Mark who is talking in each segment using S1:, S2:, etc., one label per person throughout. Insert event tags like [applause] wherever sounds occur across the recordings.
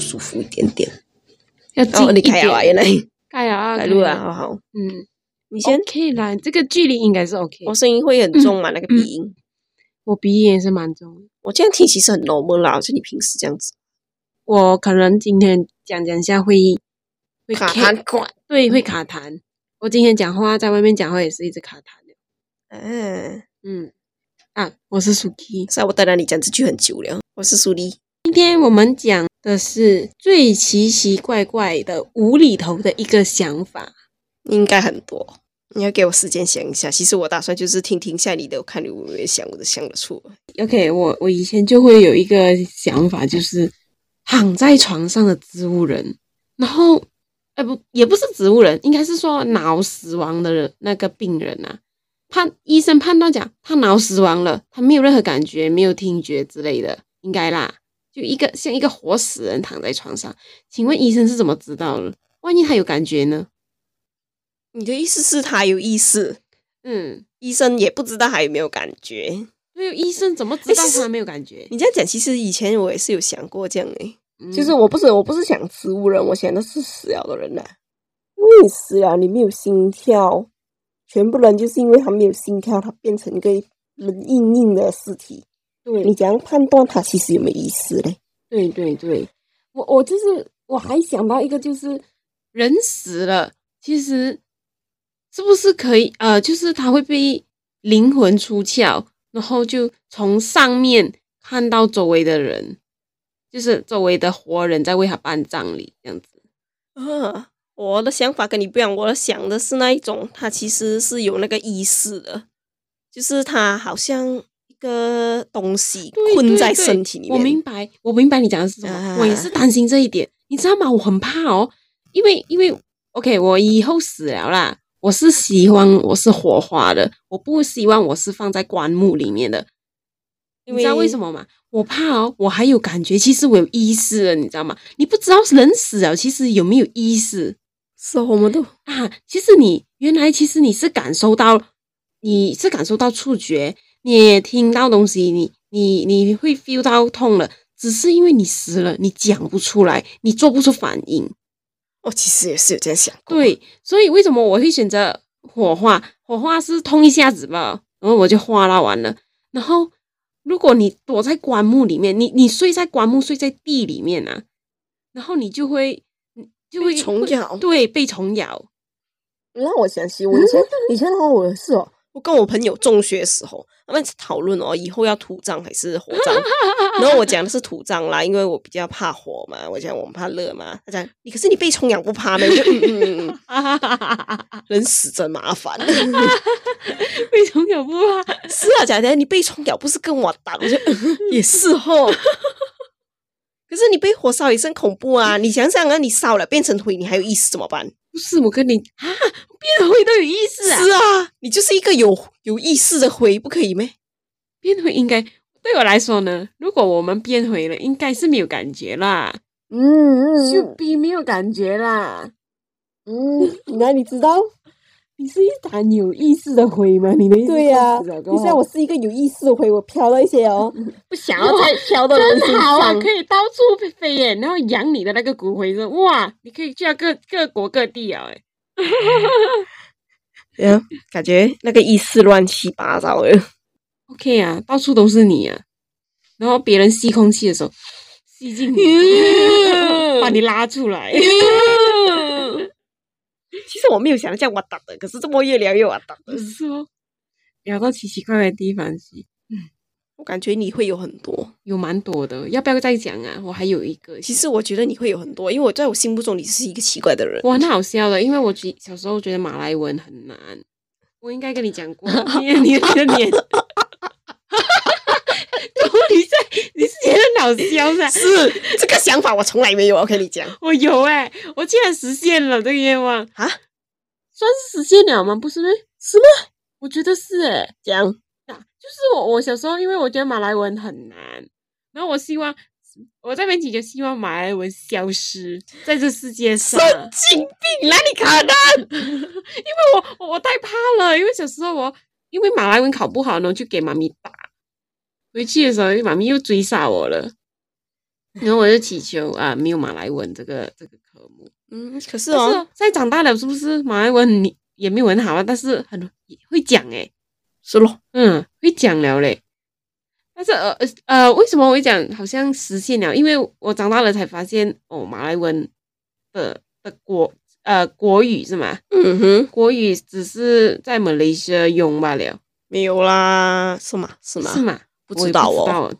S1: 一点。
S2: 要近
S1: 哦，
S2: 一
S1: 你开
S2: 点
S1: 啊，原来
S2: 盖啊，
S1: 来录
S2: 盖
S1: 了，
S2: 啊
S1: 好好。
S2: 嗯，
S1: 你先，哦
S2: 可以啦，这个距离应该是 OK。
S1: 我声音会很重嘛？那
S2: 嗯
S1: 个鼻音，
S2: 我鼻炎也是蛮重的，
S1: 我这样听其实很 normal 啦，就你平时这样子。
S2: 我可能今天讲讲一下会会
S1: 卡
S2: 卡
S1: 痰管，
S2: 对，会卡痰。我今天讲话在外面讲话也是一直卡痰的。
S1: 嗯，
S2: 嗯，啊，我是 Suki。
S1: 是啊，我等了你讲这句很久了。我是苏丽，
S2: 今天我们讲的是最奇奇怪怪的、无厘头的一个想法。
S1: 应该很多。你要给我时间想一下。其实我打算就是听听下你的，我看你会不会想我的想得出。
S2: OK，我我以前就会有一个想法，就是躺在床上的植物人，然后，呃，不，也不是植物人，应该是说脑死亡的人那个病人啊，判医生判断讲他脑死亡了，他没有任何感觉，没有听觉之类的，应该啦，就一个像一个活死人躺在床上。请问医生是怎么知道的？万一他有感觉呢？
S1: 你的意思是他有意识，
S2: 嗯，
S1: 医生也不知道还有没有感觉。
S2: 没有医生怎么知道
S1: 哎其实
S2: 他没有感觉？
S1: 你这样讲，其实以前我也是有想过这样欸诶、其实
S2: 嗯
S1: 我不是我不是想植物人，我想的是死了的人呐、因为你死了，你没有心跳，全部人就是因为他没有心跳，他变成一个人硬硬的尸体。
S2: 对
S1: 你怎样判断他其实有没有意识嘞？
S2: 对对对，我我就是我还想到一个，就是人死了，其实是不是可以呃，就是他会被灵魂出窍，然后就从上面看到周围的人，就是周围的活人在为他办葬礼这样子。
S1: 啊，我的想法跟你不一样，我想的是那一种，他其实是有那个意识的，就是他好像一个东西
S2: 对
S1: 困
S2: 对
S1: 在
S2: 对
S1: 身体里面。啊
S2: 我明白，我明白你讲的是什么，我也是担心这一点，你知道吗？我很怕哦，因为因为 OK，我以后死了啦，我是希望我是火化的，我不希望我是放在棺木里面的。
S1: 因
S2: 你知道为什
S1: 么？
S2: 么吗？我怕哦，我还有感觉，其实我有意识了，你知道吗？你不知道人死了其实有没有意识，
S1: 是我们都
S2: 啊，其实你原来其实你是感受到，你是感受到触觉，你也听到东西，你你你会 feel 到痛了，只是因为你死了，你讲不出来，你做不出反
S1: 哦
S2: 应。
S1: 我其实也是有这样想过。
S2: 对，所以为什么我会选择火化？火化是痛一下子吧，然后我就化拉完了。然后如果你躲在棺木里面，你你睡在棺木，睡在地里面啊，然后你就会你就会
S1: 虫
S2: 会
S1: 咬
S2: 对，被虫咬。 [laughs]
S3: 让我想起我以前以前的话，我是哦，
S1: 我跟我朋友中学时候，他们讨论哦，以后要土葬还是火
S3: [laughs]
S1: 葬。然后我讲的是土葬啦，因为我比较怕火嘛，我讲我们怕热嘛。他讲你可是你被虫咬不怕咩？我就嗯嗯嗯
S3: [laughs]
S1: 嗯，
S2: 哈哈哈哈哈哈！
S1: 人死真麻烦。 [laughs]
S2: 为什么有不怕？
S1: 是啊，讲的你被虫咬不是更完蛋？我就、嗯、也是哦。 [laughs] 可是你被火烧也是很恐怖啊！你想想啊，你烧了变成灰，你还有意识怎么办？
S2: 不是我跟你啊，变回都有意思啊，
S1: 是啊，你就是一个有有意识的灰，不可以咩？
S2: 变回应该对我来说呢，如果我们变回了，应该是没有感觉啦，
S3: 嗯
S2: 就比没有感觉啦。
S3: 嗯，那你知道？
S2: 你是一团有意识的灰吗？你的意思
S3: 对呀、
S2: 是这样子啊
S3: 就像我是一个有意识的回，我飘了一些哦，不想要再飘到人身
S2: 真好啊，
S3: 上
S2: 可。以到处飞耶，然后养你的那个骨灰是哇，你可以去到各各国各地啊，哎，
S1: 嗯，感觉那个意识乱七八糟的。
S2: OK 啊，到处都是你啊。然后别人吸空气的时候，吸进你， [laughs] 把你拉出来。
S1: [laughs] 其实我没有想到这样挖打的，可是这么越聊越挖打
S2: [laughs] 我
S1: 的。
S2: 是说，聊到奇奇怪怪的地方去，
S1: 我感觉你会有很多，
S2: 有蛮多的，要不要再讲啊？我还有一个，
S1: 其实我觉得你会有很多，因为我在我心目中你是一个奇怪的人。
S2: 哇，那好笑的，因为我觉小时候觉得马来文很难，我应该跟你讲过，你的你的你 [laughs] 的脸。你在你是觉得好笑是吧？
S1: 是这个想法我从来没有，我跟你讲
S2: [laughs] 我有哎、我竟然实现了这个愿望，
S1: 啊，
S2: 算是实现了吗？不是咩？
S1: 是吗？
S2: 我觉得是哎、
S1: 讲
S2: 啊，就是我我小时候，因为我觉得马来文很难，然后我希望我在边起就希望马来文消失在这世界上，
S1: 神经病，哪里可能？
S2: 因为 [laughs] 我我太怕了，因为小时候我因为马来文考不好呢，就给妈咪打，回去的时候妈咪又追杀我了。然后我就祈求啊，没有马来文这个这个科目。
S1: 嗯，可是
S2: 是
S1: 哦，
S2: 哦，再长大了是不是马来文你也没有很好啊？但是很会讲诶、
S1: 是咯，
S2: 嗯，会讲了嘞。但是呃呃呃，为什么我会讲好像实现了？因为我长大了才发现哦，马来文的的国呃国语是吗？
S1: 嗯哼，
S2: 国语只是在马来西亚用罢了，
S1: 没有啦，是吗？是吗？
S2: 是吗？
S1: 不
S2: 我
S1: 知
S2: 也
S1: 道
S2: 知
S1: 哦。
S2: 道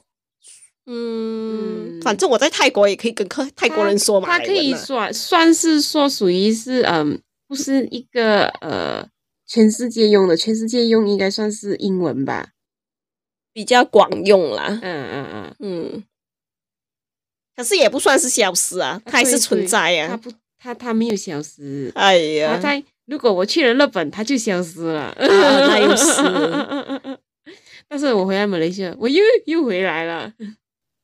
S1: 嗯，
S2: 嗯
S1: 反正我在泰国也可以跟客泰国人说马
S2: 他
S1: 来
S2: 可以
S1: 文啊
S2: 算算是说属于是嗯，不是一个呃全世界用的，全世界用应该算是英文吧？
S1: 比较广用啦。
S2: 嗯嗯嗯。
S1: 嗯，可是也不算是消失啊， [laughs] 它还是
S2: 对
S1: 存
S2: 对
S1: 在
S2: 它
S1: 呀。
S2: 不，它它没有消失。
S1: 哎
S2: 它
S1: 呀，
S2: 在如果我去了日本，它就消失了。
S1: 那啊又
S2: 是。 [laughs] 但是我回来马来西亚，我又又回来了。 [laughs]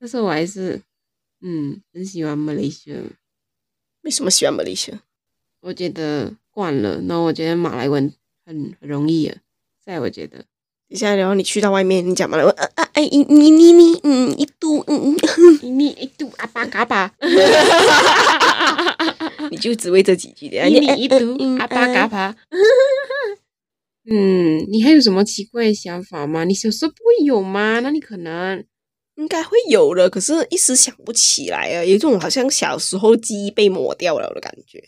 S2: 但是我还是，嗯，很喜欢马来西亚。
S1: 为什么喜欢马来西亚？
S2: 我觉得惯了，然后我觉得马来文很很容易啊。在我觉得，
S1: 等一下，然后你去到外面，你讲马来文，啊啊哎，你你你你，嗯，一度，嗯嗯，
S2: 你一度阿巴嘎巴，
S1: 你就只会这几句的啊。
S2: 一米
S1: 哎
S2: 一
S1: 哎
S2: 读
S1: 嗯，
S2: 阿巴嘎
S1: 哎
S2: 巴。呃 [laughs] 嗯，你还有什么奇怪的想法吗？你小时候不会有吗？那你可能
S1: 应该会有的，可是一时想不起来啊，有一种好像小时候记忆被抹掉了的感觉。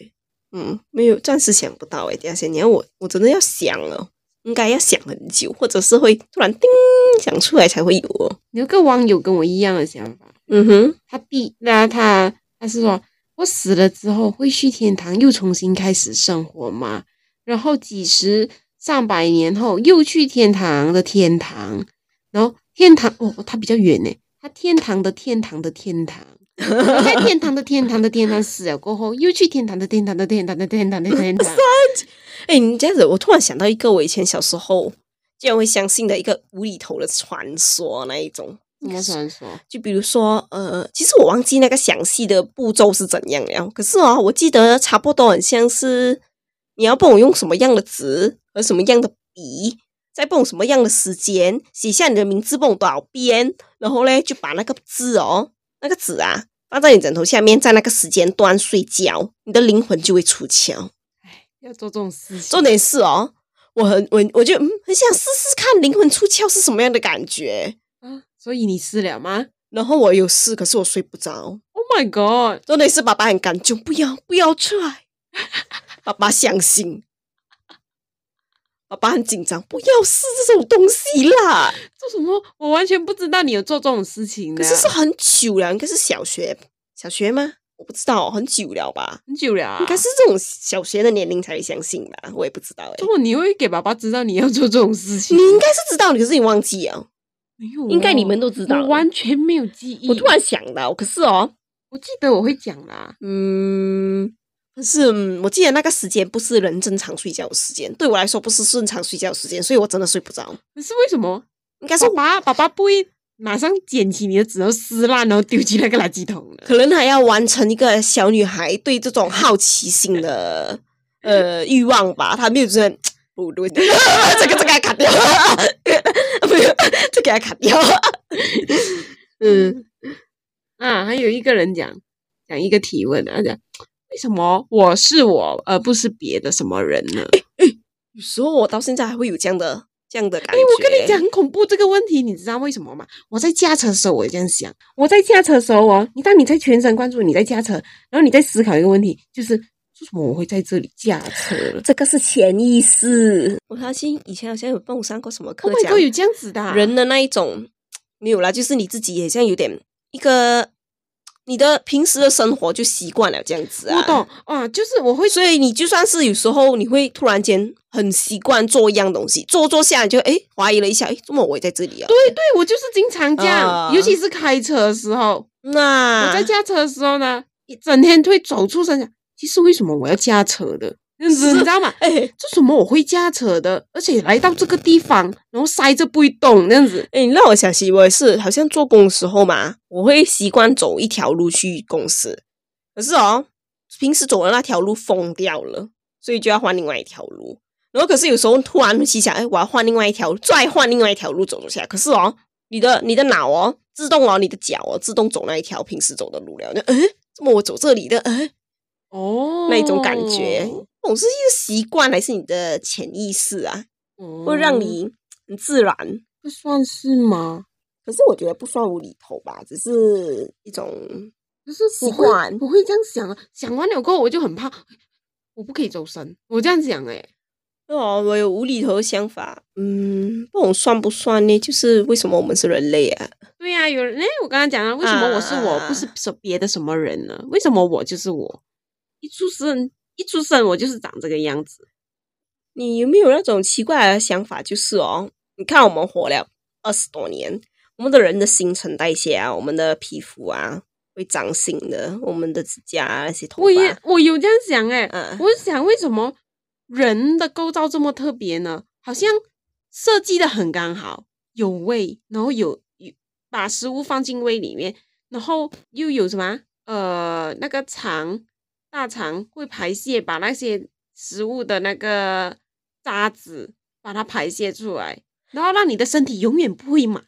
S1: 嗯，没有，暂时想不到哎、等一下先，你要我，我真的要想了，应该要想很久，或者是会突然叮想出来才会有哦。
S2: 有个网友跟我一样的想法，
S1: 嗯哼，
S2: 他弟，那他他是说，我死了之后会去天堂又重新开始生活吗？然后几十上百年后又去天堂的天堂，然后天堂哦，他比较远呢，他天堂的天堂的天堂。然后在天堂的天堂的天堂死了过后，又去天堂的天堂的天堂的天堂的
S1: [laughs]
S2: 天堂。
S1: 哎、你这样子，我突然想到一个我以前小时候竟然会相信的一个无厘头的传说那一种。
S2: 什么传说？
S1: 就比如说，呃，其实我忘记那个详细的步骤是怎样了。可是哦，我记得差不多很像是你要帮我用什么样的纸和什么样的笔，再帮我什么样的时间写下你的名字，帮我多少遍，然后嘞就把那个字哦，那个纸啊放在你枕头下面，在那个时间段睡觉，你的灵魂就会出窍。
S2: 哎，要做这种事情，
S1: 重点是哦，我很我我就嗯很想试试看灵魂出窍是什么样的感觉。
S2: 啊！所以你死了吗
S1: 然后我有试，可是我睡不着。
S2: ？Oh my god！
S1: 重点是爸爸很干就不要不要 try。爸爸相信，爸爸很紧张，不要试这种东西啦。
S2: 做什么？我完全不知道你有做这种事情的。
S1: 可是是很久了，应该是小学小学吗？我不知道，很久了吧？
S2: 很久了、啊，
S1: 应该是这种小学的年龄才会相信吧，我也不知道哎、
S2: 怎么你会给爸爸知道你要做这种事情？
S1: 你应该是知道，可是你忘记了。
S2: 没有哦、
S1: 应该你们都知道
S2: 我完全没有记忆。
S1: 我突然想到，可是哦，
S2: 我记得我会讲啦，
S1: 嗯，可是嗯，我记得那个时间不是人正常睡觉的时间，对我来说不是正常睡觉的时间，所以我真的睡不着。
S2: 可是为什么？
S1: 应该是
S2: 爸爸爸爸不会马上捡起你的纸，然后撕烂，然后丢进那个垃圾桶的。
S1: 可能还要完成一个小女孩对这种好奇心 [laughs] 的呃欲望吧。她没有觉得 [laughs] 不对，这个这个要卡 [laughs] 掉，不是这个要卡掉。
S2: [laughs] 嗯，啊，还有一个人讲讲一个提问，他讲为什么我是我，而不是别的什么人呢？
S1: 有时候我到现在还会有这样的这样的感
S2: 哎、
S1: 觉。
S2: 我跟你讲，，很恐怖这个问题，你知道为什么吗？我在驾车的时候，我也这样想。我在驾车的时候哦，你当你在全神贯注你在驾车，然后你在思考一个问题，就是为什么我会在这里驾 [laughs] 车了？
S3: 这个是潜意识，
S1: 我相信以前好像有帮我上过什么课
S2: Oh my
S1: 讲
S2: god，有这样子的、啊、
S1: 人的那一种没有啦，就是你自己也像有点一个你的平时的生活就习惯了这样子啊。
S2: 我懂啊，就是我会
S1: 所以你就算是有时候你会突然间很习惯做一样东西，做做下来就哎怀疑了一下，哎，怎么我也在这里啊？
S2: 对对，我就是经常这样，
S1: 啊
S2: 尤其是开车的时候，
S1: 那
S2: 我在
S1: [laughs]
S2: 驾车的时候呢，一整天会走出神想，其实为什么我要驾车的？这样子你知道吗？
S1: 哎，
S2: 这什么我会驾车的，而且来到这个地方，然后塞着不会动这样子。
S1: 哎，你让我想起我也是，好像做工的时候嘛，我会习惯走一条路去公司，可是哦，平时走的那条路封掉了，所以就要换另外一条路。然后可是有时候突然会想，哎，我要换另外一条，再换另外一条路走走下来。可是哦，你的你的脑哦，自动哦，你的脚哦，自动走那一条平时走的路了。就诶，怎么我走这里的？诶，
S2: 哦，
S1: 那一种感觉，总是一个习惯还是你的潜意识啊，
S2: 哦，
S1: 会让你很自然。
S2: 不算是吗？
S1: 可是我觉得不算无厘头吧，只是一种
S2: 可是
S1: 习
S2: 我会
S1: 惯
S2: 我会这样想啊，想完了过后我就很怕，我不可以走神，我这样想哎、
S1: 哦，我有无厘头的想法，嗯，不懂算不算呢？就是为什么我们是人类啊？
S2: 对呀、有人哎，我刚刚讲了，为什么我是我，
S1: 啊
S2: 不是说别的什么人呢？为什么我就是我？一出生，一出生我就是长这个样子。
S1: 你有没有那种奇怪的想法？就是哦，你看我们活了二十多年，我们的人的新陈代谢啊，我们的皮肤啊会长新的，我们的指甲、啊、那些头
S2: 我也
S1: 发，
S2: 我有这样想哎、
S1: 嗯
S2: 我想为什么人的构造这么特别呢？好像设计的很刚好，有胃，然后有有把食物放进胃里面，然后又有什么啊呃那个肠大肠会排泄，把那些食物的那个渣子把它排泄出来，然后让你的身体永远不会满。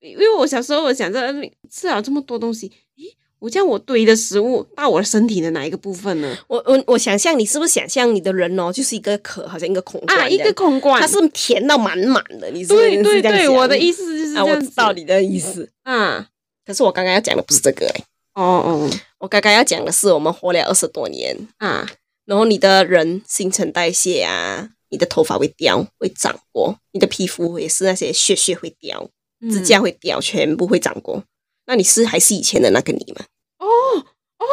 S2: 因为我小时候我想着嗯吃了这么多东西，诶，我这样我堆的食物到我的身体的哪一个部分呢？
S1: 我我我想象你是不是想象你的人哦，就是一个壳，好像一个孔
S2: 啊，
S1: 罐
S2: 一
S1: 这
S2: 个
S1: 样
S2: 空罐，
S1: 它是填到满满的，你是不是
S2: 对对
S1: 是这样
S2: 对，
S1: 想
S2: 我的意思就是
S1: 啊，
S2: 这
S1: 我
S2: 样
S1: 知
S2: 子
S1: 道你的意思，
S2: 啊，
S1: 可是我刚刚要讲的不是这个、欸，
S2: 哦哦
S1: 我刚刚要讲的是我们活了二十多年，
S2: 啊，
S1: 然后你的人新陈代谢啊，你的头发会掉，会长过，你的皮肤也是那些屑屑会掉，
S2: 嗯
S1: 指甲会掉，全部会长过。那你是还是以前的那个你吗？
S2: 哦哦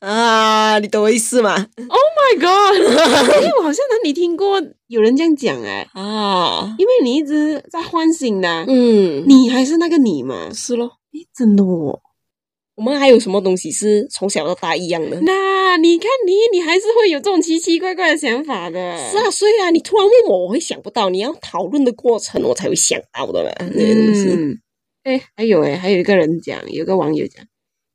S1: 啊，你懂我意思吗？
S2: ，My God，哎，我好像哪里听过有人这样讲哎，
S1: 啊，
S2: 因为你一直在唤醒的，
S1: 嗯，
S2: 你还是那个你嘛，
S1: 是咯。
S2: 诶，真的哦，
S1: 我们还有什么东西是从小到大一样的？
S2: 那你看你，你还是会有这种奇奇怪怪的想法的，
S1: 是啊，所以啊，你突然问我，我会想不到。你要讨论的过程，我才会想到的嘛。那些东西，
S2: 嗯，哎，还有哎，还有一个人讲，有个网友讲，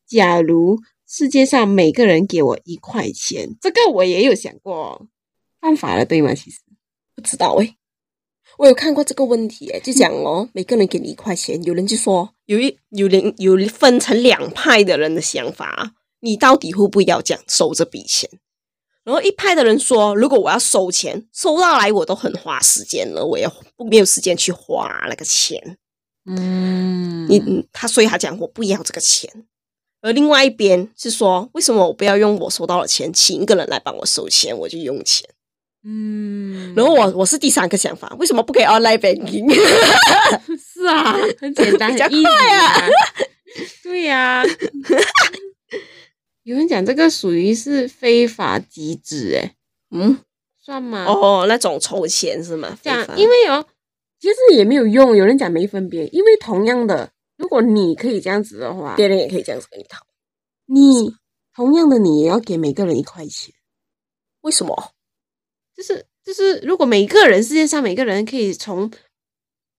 S2: 假如世界上每个人给我一块钱，这个我也有想过哦，犯法了对吗？其实
S1: 不知道诶、欸我有看过这个问题诶、就讲哦，每个人给你一块钱，有人就说有一有人有分成两派的人的想法，啊你到底会不会要这样收这笔钱？然后一派的人说，如果我要收钱，收到来我都很花时间了，我也没有时间去花那个钱。
S2: 嗯
S1: 你嗯他所以他讲我不要这个钱。而另外一边是说，为什么我不要用我收到的钱，请一个人来帮我收钱，我就用钱。
S2: 嗯
S1: 然后我我是第三个想法，为什么不可以 online banking？
S2: 是啊， [laughs] 很简
S1: [laughs]
S2: 单，
S1: 比较
S2: 很 easy 啊，对呀、有人讲这个属于是非法集资，哎，
S1: 嗯，
S2: 算吗？
S1: 哦，那种筹钱是吗？
S2: 讲
S1: 非法，
S2: 因为哦，其实也没有用。有人讲没分别，因为同样的，如果你可以这样子的话，
S1: 别人也可以这样子跟你讨，
S2: 你同样的你也要给每个人一块钱，
S1: 为什么？
S2: 就是就是，如果每个人世界上每个人可以从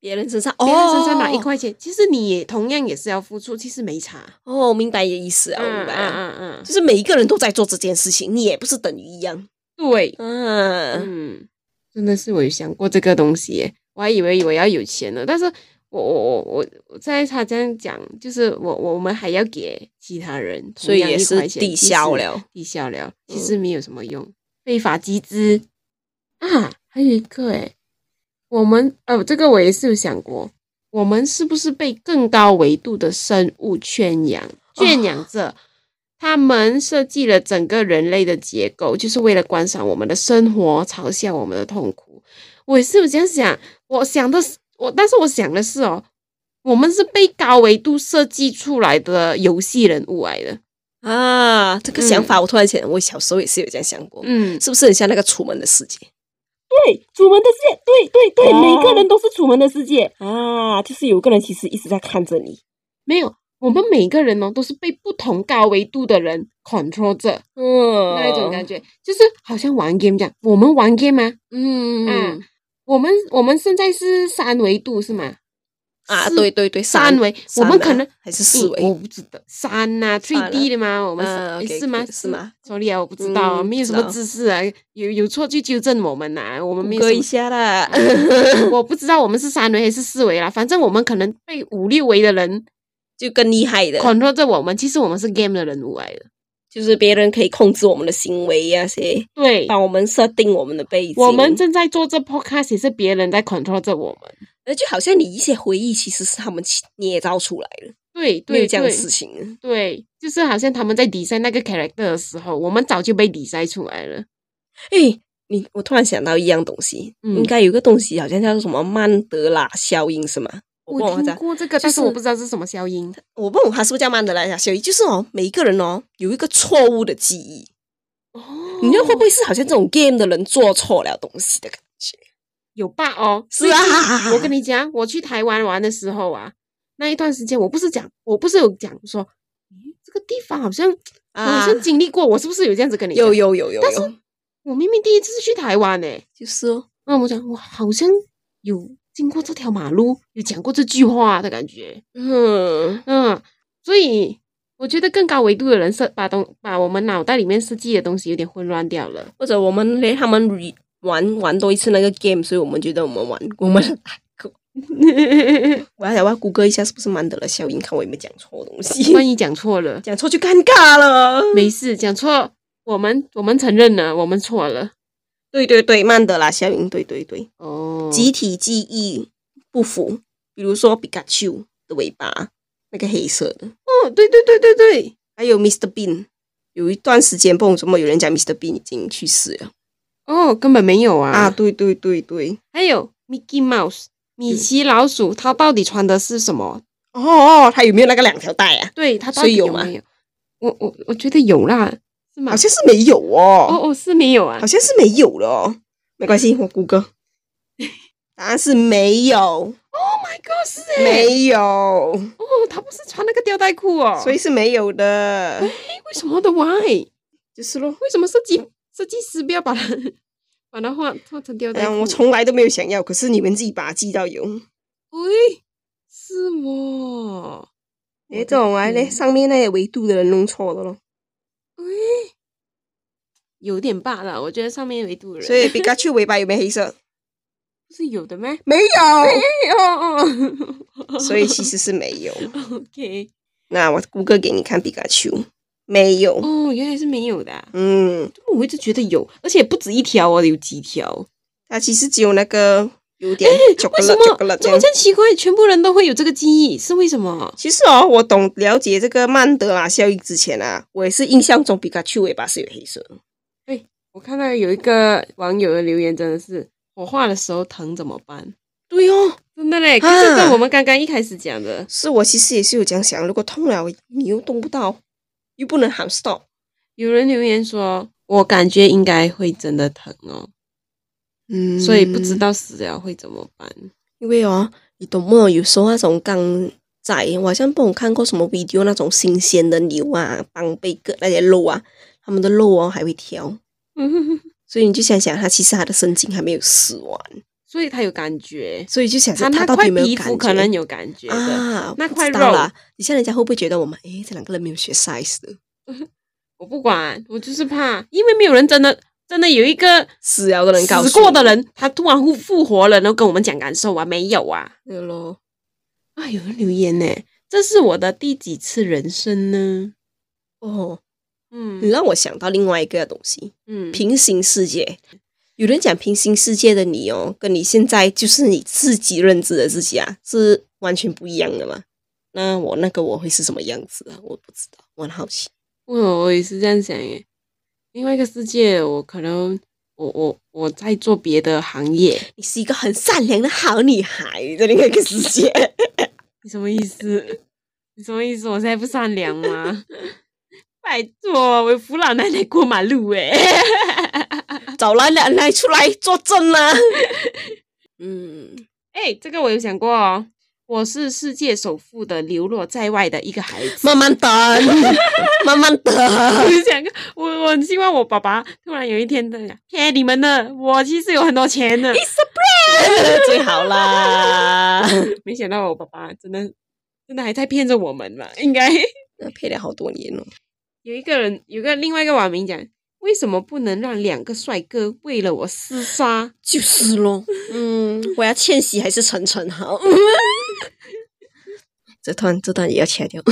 S1: 别人身上，
S2: 别人身上拿
S1: 哦
S2: 一块钱，其实你也同样也是要付出，其实没差。
S1: 哦，我明白你的意思啊，我明白啊，
S2: 嗯嗯，
S1: 就是每一个人都在做这件事情，你也不是等于一样，
S2: 对，
S1: 嗯，
S2: 嗯，真的是我有想过这个东西耶，我还以为我要有钱呢，但是我我我我我在他这样讲，就是我我们还要给其他人，
S1: 所以也是抵消了，
S2: 抵消了，
S1: 嗯
S2: 其实没有什么用，非法集资啊，还有一个诶，我们呃，这个我也是有想过，我们是不是被更高维度的生物圈养？啊圈养着，他们设计了整个人类的结构，就是为了观赏我们的生活，嘲笑我们的痛苦。我也是有这样想，我想的是我，但是我想的是哦，我们是被高维度设计出来的游戏人物来的。
S1: 啊，这个想法我突然想，我小时候也是有这样想过，
S2: 嗯，
S1: 是不是很像那个《楚门的世界》
S3: 对，楚门的世界，对对对，
S2: 哦
S3: 每个人都是楚门的世界啊！就是有个人其实一直在看着你，
S2: 没有，我们每个人哦都是被不同高维度的人 control 着
S1: 嗯
S2: 那一种感，觉，就是好像玩 game 啊这样。我们玩 game 吗？
S1: 嗯
S2: 嗯，我们我们现在是三维度是吗？
S1: 啊，
S2: 四
S1: 对对对，
S2: 三维，我
S1: 三
S2: 们
S1: 啊
S2: 可能
S1: 还是四维
S2: 嗯我不知道三呐，three
S1: 三
S2: D 的吗？我们
S1: 啊
S2: 诶
S1: OK，
S2: 是吗？
S1: 是吗
S2: ？sorry 啊，我不知道啊，
S1: 嗯
S2: 没有
S1: 不
S2: 什
S1: 知
S2: 么
S1: 道
S2: 知识啊，有有错就纠正我们呐，我们没
S1: 谷歌
S2: 有什
S1: 一
S2: 么
S1: 下啦。 [laughs]
S2: [laughs] 我不知道我们是三维还是四维啦，反正我们可能被五六维的人
S1: 就更厉害的，
S2: control 着我们，其实我们是 game 的人物来的。
S1: 就是别人可以控制我们的行为呀、些
S2: 对，
S1: 帮我们设定我们的背景。
S2: 我们正在做这 podcast 也是别人在 control 着我们。
S1: 那就好像你一些回忆，其实是他们起捏造出来的，
S2: 对
S1: 没有
S2: 对
S1: 这样
S2: 对
S1: 的事情。
S2: 对，就是好像他们在 design 那个 character 的时候，我们早就被 design 出来了。
S1: 哎，你我突然想到一样东西，
S2: 嗯
S1: 应该有一个东西好像叫做什么曼德拉效应，是吗？我不
S2: 我
S1: 懂
S2: 听
S1: 它，
S2: 过这个，
S1: 就
S2: 但是我
S1: 是
S2: 不知道是什么消音。
S1: 我不懂它是不是叫曼德拉效应，就是哦，每一个人哦有一个错误的记忆，
S2: 哦，
S1: 你觉得会不会是好像这种 game 的人做错了东西的感觉？
S2: 有吧？哦，
S1: 是啊
S2: 最近我跟你讲，我去台湾玩的时候啊，那一段时间我不是讲，我不是有讲说，诶这个地方好像、我好像经历过，我是不是有这样子跟你讲？
S1: 啊有有有有
S2: 但是
S1: 有，
S2: 我明明第一次去台湾呢、
S1: 就是哦，
S2: 那我想我好像有经过这条马路，有讲过这句话的感觉，
S1: 嗯。
S2: 嗯，所以我觉得更高维度的人设把东把我们脑袋里面设计的东西有点混乱掉
S1: [laughs]
S2: 了。
S1: 或者我们连他们 re 玩玩多一次那个 game，所以我们觉得我们玩我们我要我要谷歌一下是不是曼德勒效应，看我有没有讲错东西，
S2: 万一讲错
S1: [laughs]
S2: 了，
S1: 讲错就尴尬了。
S2: 没事，讲错，我们我们承认了，我们错了。
S1: 对对对，曼德拉效应，对对对，
S2: 哦，
S1: 集体记忆不符，比如说皮卡丘的尾巴那个黑色的，
S2: 哦，对对对对对，
S1: 还有 Mr. Bean，有一段时间不懂怎么有人讲 Mr. Bean 已经去世了
S2: 哦，根本没有啊。
S1: 啊，对对对对，
S2: 还有 Mickey Mouse 米奇老鼠，它到底穿的是什么？
S1: 哦哦，他有没有那个两条带啊？
S2: 对，它到
S1: 所以
S2: 底
S1: 有
S2: 有
S1: 吗
S2: 没有？我我我觉得有啦，是吗
S1: 好？像是没有哦
S2: 哦哦，是没有啊
S1: 好。像是没有了哦。没关系，我谷歌，答案是没有，
S2: Oh my god，是欸
S1: 没有，
S2: 哦，他不是穿那个吊带裤哦，
S1: 所以是没有的，
S2: 诶为什么的 why？
S1: 就是咯。
S2: 为什么设计
S1: 嗯
S2: 设计师不要把它把它画画成吊
S1: 哎
S2: 带
S1: 呀，
S2: 裤？
S1: 我从来都没有想要，可是你们自己把它记到有。
S2: 喂，是我。
S1: 哎，这种啊，嘞，
S2: 嘞，
S1: 上面那个维度的人弄错了咯。
S2: 喂，有点罢了，我觉得上面有一度人，
S1: 所以皮卡丘尾巴有没有黑色？
S2: 不是有的咩？
S1: 没有，
S2: 哎哦哦，
S1: 所以其实是没有。
S2: [laughs] OK，
S1: 那我谷歌给你看皮卡丘，没有。
S2: 哦，原来是没有的啊、
S1: 嗯，
S2: 我一直觉得有，而且不止一条哦，有几条。
S1: 它其实只有那个有点巧克
S2: [laughs] 为
S1: 力，
S2: 什
S1: 巧克
S2: 么
S1: 力这
S2: 这
S1: 样
S2: 么。真奇怪？全部人都会有这个记忆，是为什么？
S1: 其实哦，我懂了解这个曼德拉效应之前啊，我也是印象中皮卡丘尾巴是有黑色的。
S2: 我看到有一个网友的留言，真的是火化的时候疼怎么办？
S1: 对哦，
S2: 真的嘞，
S1: 啊
S2: 这跟我们刚刚一开始讲的，
S1: 是我其实也是有这样想，如果痛了你又动不到，又不能喊 stop，
S2: 有人留言说，我感觉应该会真的疼哦，
S1: 嗯
S2: 所以不知，道死了会怎么办。
S1: [laughs] 因为哦，你懂不懂？有时候那种刚宰，我好像不懂看过什么 video 那种新鲜的牛啊、帮贝哥那些肉啊，他们的肉哦还会挑，所以你就想想，他其实他的神经还没有死完，
S2: 所以他有感觉，
S1: 所以就想
S2: 他
S1: 想
S2: 啊那
S1: 到底
S2: 块
S1: 有没
S2: 皮
S1: 有感
S2: 肤
S1: 觉？
S2: 可能有感觉的。
S1: 啊，
S2: 那
S1: 不
S2: 块
S1: 知道
S2: 肉
S1: 啦，你像人家会不会觉得我们诶，这两个人没有学 size 的，
S2: 我不管，我就是怕，因为没有人真的真的有一个
S1: 死了的人告诉
S2: 死过的人，他突然复复活了，然后跟我们讲感受啊，没有啊
S1: 你对咯，
S2: 啊！有人留言呢，这是我的第几次人生呢？
S1: 哦，你
S2: 嗯
S1: 让我想到另外一个东西，
S2: 嗯，
S1: 平行世界。有人讲平行世界的你哦，跟你现在就是你自己认知的自己啊，是完全不一样的嘛。那我那个我会是什么样子啊？我不知道，我很好奇。
S2: 我我也是这样想耶。另外一个世界，我可能我我我在做别的行业，
S1: 你是一个很善良的好女孩，在另外一个世界。 [laughs]
S2: 你什么意思？你什么意思？我现在不善良吗？ [laughs] 拜托，我扶老奶奶过马路哎、
S1: 找来奶奶出来作证 [laughs] 啦。嗯，
S2: [laughs] 哎、这个我有想过哦。我是世界首富的流落在外的一个孩子。
S1: 慢 [laughs] 慢等，慢慢等。
S2: 我就想过，我我很希望我爸爸突然有一天的，骗你们的，我其实有很多钱的。
S1: It's a [laughs] 最好啦。
S2: 没想到我爸爸真的真的还在骗着我们嘛，应该
S1: [laughs]
S2: [laughs]
S1: 那配了好多年哦，
S2: 有一个人有个另外一个网民讲，为什么不能让两个帅哥为了我厮杀？
S1: 就是咯。嗯，我要千玺还是晨晨好？ [laughs] 这段这段也要掐 [laughs] 掉，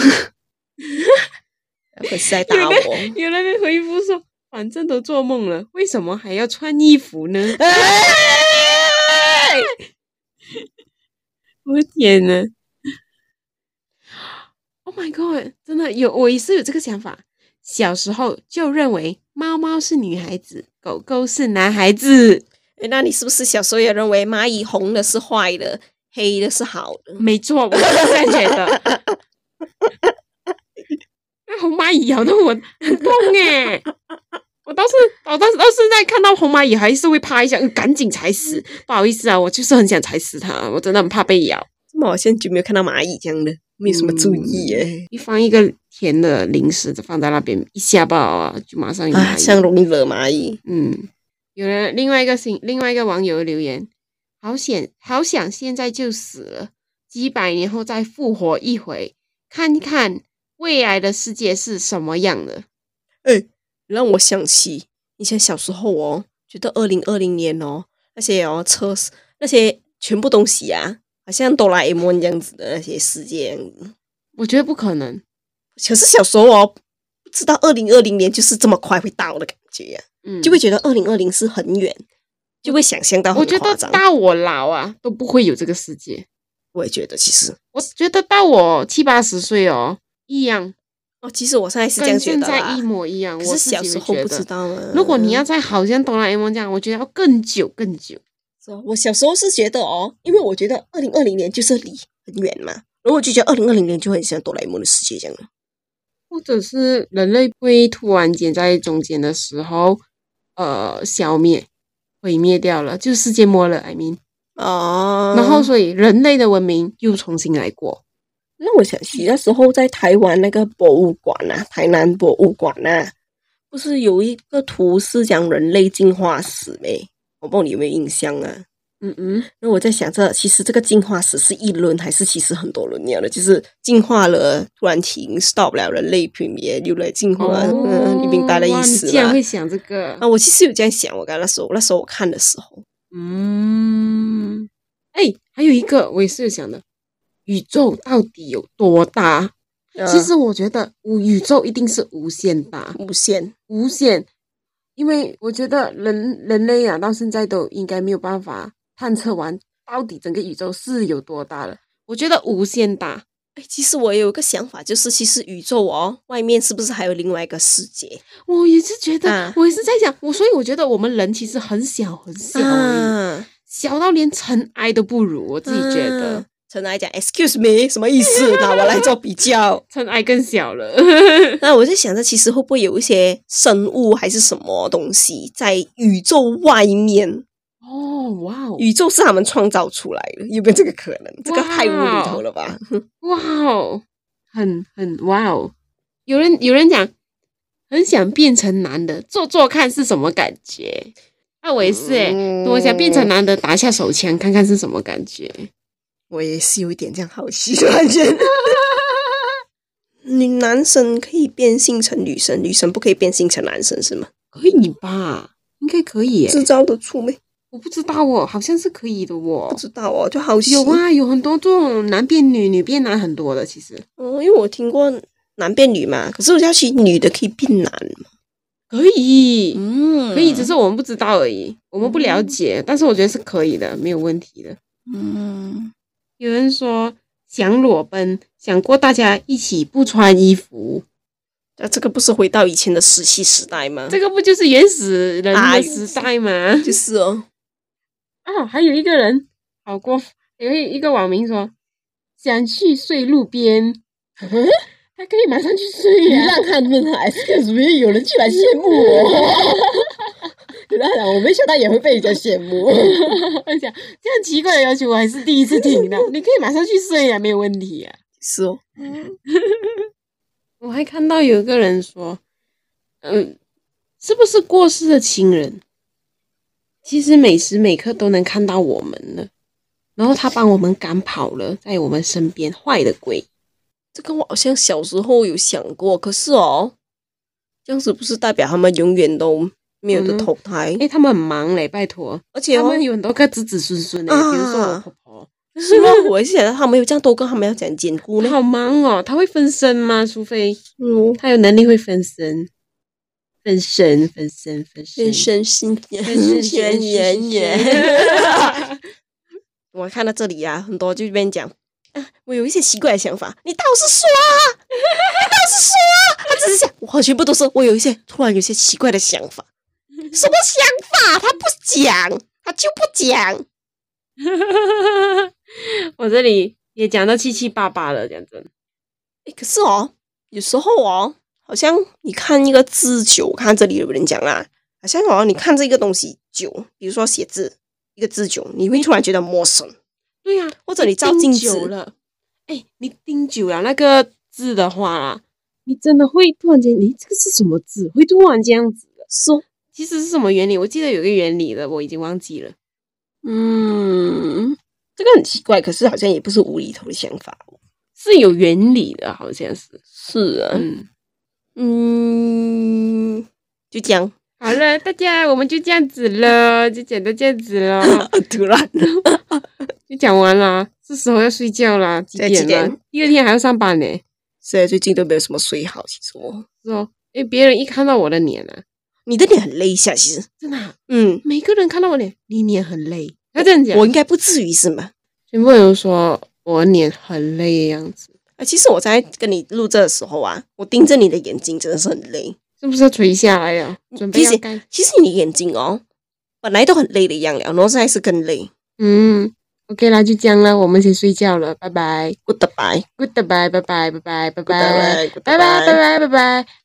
S1: 粉丝来打
S2: 有
S1: [laughs] 我。
S2: 有那边回复说，反正都做梦了，为什么还要穿衣服呢？
S1: 哎
S2: [laughs] 我的天呐 o h Oh my god！真的有，我也是有这个想法。小时候就认为猫猫是女孩子，狗狗是男孩子。
S1: 诶哎那你是不是小时候也认为蚂蚁红的是坏的，黑的是好的？
S2: 没错，我就是这样觉 [laughs] 得。那红蚂蚁咬得我很痛哎、我倒是，我当时到现在看到红蚂蚁还是会怕一下，嗯赶紧踩死。不好意思啊，我就是很想踩死它，我真的很怕被咬。
S1: 这么好像就没有看到蚂蚁这样的，没有什么注意耶。
S2: 你放一个甜的零食放在那边，一下爆啊，就马上有
S1: 啊，
S2: 蚂蚁。
S1: 这样容易惹蚂蚁。
S2: 嗯，有人另外一个新另外一个网友留言，好想好想现在就死了，几百年后再复活一回，看看未来的世界是什么样的。
S1: 让我想起以前小时候哦，觉得二零二零年哦，那些哦车那些全部东西啊，好像哆啦 A 梦这样子的那些世界样子。
S2: 我觉得不可能。
S1: 可是小时候哦，不知道二零二零年就是这么快会到的感觉呀、
S2: 嗯，
S1: 就会觉得二零二零是很远，就会想象到
S2: 我
S1: 很
S2: 觉
S1: 夸
S2: 得
S1: 张。
S2: 到我老啊都不会有这个世界。
S1: 我也觉得，其实
S2: 我觉得到我七八十岁哦，一样，
S1: 哦，其实我现在是这样
S2: 跟
S1: 觉
S2: 现
S1: 得
S2: 在
S1: 啦
S2: 一。模一样。
S1: 可
S2: 我
S1: 是
S2: 自
S1: 小
S2: 己
S1: 时
S2: 会
S1: 候
S2: 觉
S1: 不
S2: 得
S1: 知道啊。
S2: 如果你要再好像哆啦 A 梦这样，我觉得要更久更久。
S1: 是哦，我小时候是觉得哦，因为我觉得二零二零年就是离很远嘛，然后我就觉得二零二零年就很像哆啦 A 梦的世界这样了。
S2: 或者是人类会突然间在中间的时候，呃，消灭、毁灭掉了，就世界末日，I mean。
S1: 哦
S2: 然后，所以人类的文明又重新来过。
S1: 让我想起那时候在台湾那个博物馆啊，台南博物馆啊，不是有一个图是讲人类进化史没？我不知道你有没有印象啊？
S2: 嗯嗯，
S1: 那我在想这其实这个进化史是一轮还是其实很多轮了的？就是进化了，突然停 stop 了，人类品也有了进化，嗯，明白的意
S2: 哦哇你
S1: 思
S2: 竟然
S1: 啦
S2: 会。想这个
S1: 啊，？我其实有这样想，我刚才说，那时候我看的时候，
S2: 嗯，哎，还有一个我也是有想的，宇宙到底有多大？其实我觉得无宇宙一定是无限大。
S1: 无限，
S2: 无限，因为我觉得人人类啊，到现在都应该没有办法探测完到底整个宇宙是有多大了。我觉得无限大，
S1: 哎，其实我有一个想法，就是其实宇宙哦，外面是不是还有另外一个世界
S2: 我也是觉得，
S1: 啊
S2: 我也是在想，我所以我觉得我们人其实很小很小而已，
S1: 啊？
S2: 小到连尘埃都不如。我自己觉得、
S1: 啊陈来讲，excuse me，什么意思？拿我来做比较。 [laughs]
S2: 尘埃更小了。 [laughs]
S1: 那我在想着，其实会不会有一些生物还是什么东西在宇宙外面？
S2: 哦，哇哦，
S1: 宇宙是他们创造出来的，有没有这个可能？这个太无厘头了吧？
S2: 哇哦，很很哇哦！有人有人讲，很想变成男的，做做看是什么感觉？那我也是欸诶、
S1: 嗯
S2: 我想变成男的，打下手枪看看是什么感觉。
S1: 我也是有一点这样好奇， [laughs] 突然间。你男生可以变性成女生，女生不可以变性成男生是吗？
S2: 可以吧？应该可以、
S1: 这
S2: 欸，
S1: 招得出没？
S2: 我不知道哦，好像是可以的
S1: 不
S2: 哦。
S1: 知道哦，就好奇。
S2: 有啊，有很多这种男变女、女变男很多的，其实
S1: 哦，因为我听过男变女嘛，可是我要奇女的可以变男嘛。
S2: 可以，嗯
S1: 嗯
S2: 可以，只是我们不知道而已，我们不了解，但是我觉得是可以的，没有问题的。
S1: 嗯，
S2: 有人说想裸奔，想过大家一起不穿衣服，
S1: 那啊这个不是回到以前的石器时代吗？
S2: 这个不就是原始人
S1: 啊
S2: 的时代吗？
S1: 就是哦，
S2: 哦，还有一个人好过分，有一一个网民说想去睡路 [laughs] 边，他可以马上去睡
S3: 你
S2: 呀、
S3: 让他们还是属于有人居然羡慕我。 [laughs] 有人讲，我没想到也会被人家羡慕。
S2: 我想这样奇怪的要求我还是第一次听 [laughs] 到，你可以马上去睡呀、没有问题呀、
S1: 是哦，
S2: 我还看到有一个呃人说，嗯，是不是过世的亲人其实每时每刻都能看到我们了。然后他帮我们赶跑了在我们身边坏的鬼，
S1: 这个我好像小时候有想过，可是哦，这样子不是代表他们永远都没有的
S2: 嗯
S1: 投胎？
S2: 诶，他们很忙嘞，拜托，
S1: 而且
S2: 他
S1: 哦
S2: 们，有很多个子子孙孙嘞，比如说我
S1: 啊
S2: 婆婆，
S1: 是吗？我也是想到他们有这样多个，他们要怎样兼顾
S2: 我
S1: 呢？
S2: 好忙哦，他会分身吗？除非
S1: 嗯，
S2: 他有能力会分身，分身，分身，分身，
S1: 人生新
S2: 分身，
S1: 轩圆
S2: [laughs]
S1: 圆。
S2: 圆。
S1: 我看到这里啊，很多就这边讲，啊，我有一些奇怪的想法，你倒是说啊，你倒是说啊，他只是想，我全部都说，我有一些突然有一些奇怪的想法，什么想法？他不讲，他就不讲。
S2: 我这里也讲到七七八八了，讲真，
S1: 诶可是哦，有时候哦，好像你看一个字久，我看这里有人讲啦，好像哦，你看这个东西久，比如说写字一个字久，你会突然觉得陌生，
S2: 对呀、
S1: 或者你照
S2: 盯
S1: 镜
S2: 久
S1: 子，
S2: 了，哎，你盯久了那个字的话啊啦，你真的会突然间，你这个是什么字？会突然这样子的。
S1: 说
S2: 其实是什么原理？我记得有个原理的，我已经忘记了。
S1: 嗯，
S3: 这个很奇怪，可是
S1: 好像也不是无厘头的想法。
S2: 是有原理的，好像是。
S1: 是啊，
S2: 嗯，
S1: 嗯，就这 [laughs] 样，
S2: 好了，大家我们就这样子了，就讲到这样子了。 [laughs]
S1: 突然啊
S2: 就讲完啦，是时候要睡觉啦，几
S1: 对
S2: 点
S1: 几
S2: 了
S1: 点？
S2: 第二天还要上班呢，
S1: 现在最近都没有什么睡好，其实我
S2: 是哦。因为别人一看到我的脸啊，
S1: 你的脸很累一下，其实，
S2: 真的啊、
S1: 嗯，
S2: 每个人看到我脸，你脸很累，他这样讲，
S1: 我应该不至于是啊吗？
S2: 全部人都说我脸很累的样子，
S1: 啊，其实我在跟你录这的时候啊，我盯着你的眼睛真的是很累。
S2: 是不是要垂下来了？准
S1: 嗯
S2: 备
S1: 其
S2: 要
S1: 实
S2: 干？
S1: 其实你眼睛哦，本来都很累的样了，然后现在是更累。
S2: 嗯，OK 啦，就这样啦，我们先睡觉了，拜拜
S1: Goodbye，
S2: ，Goodbye，拜拜，拜拜，拜拜，
S1: Goodbye，
S2: 拜拜，拜拜，拜拜。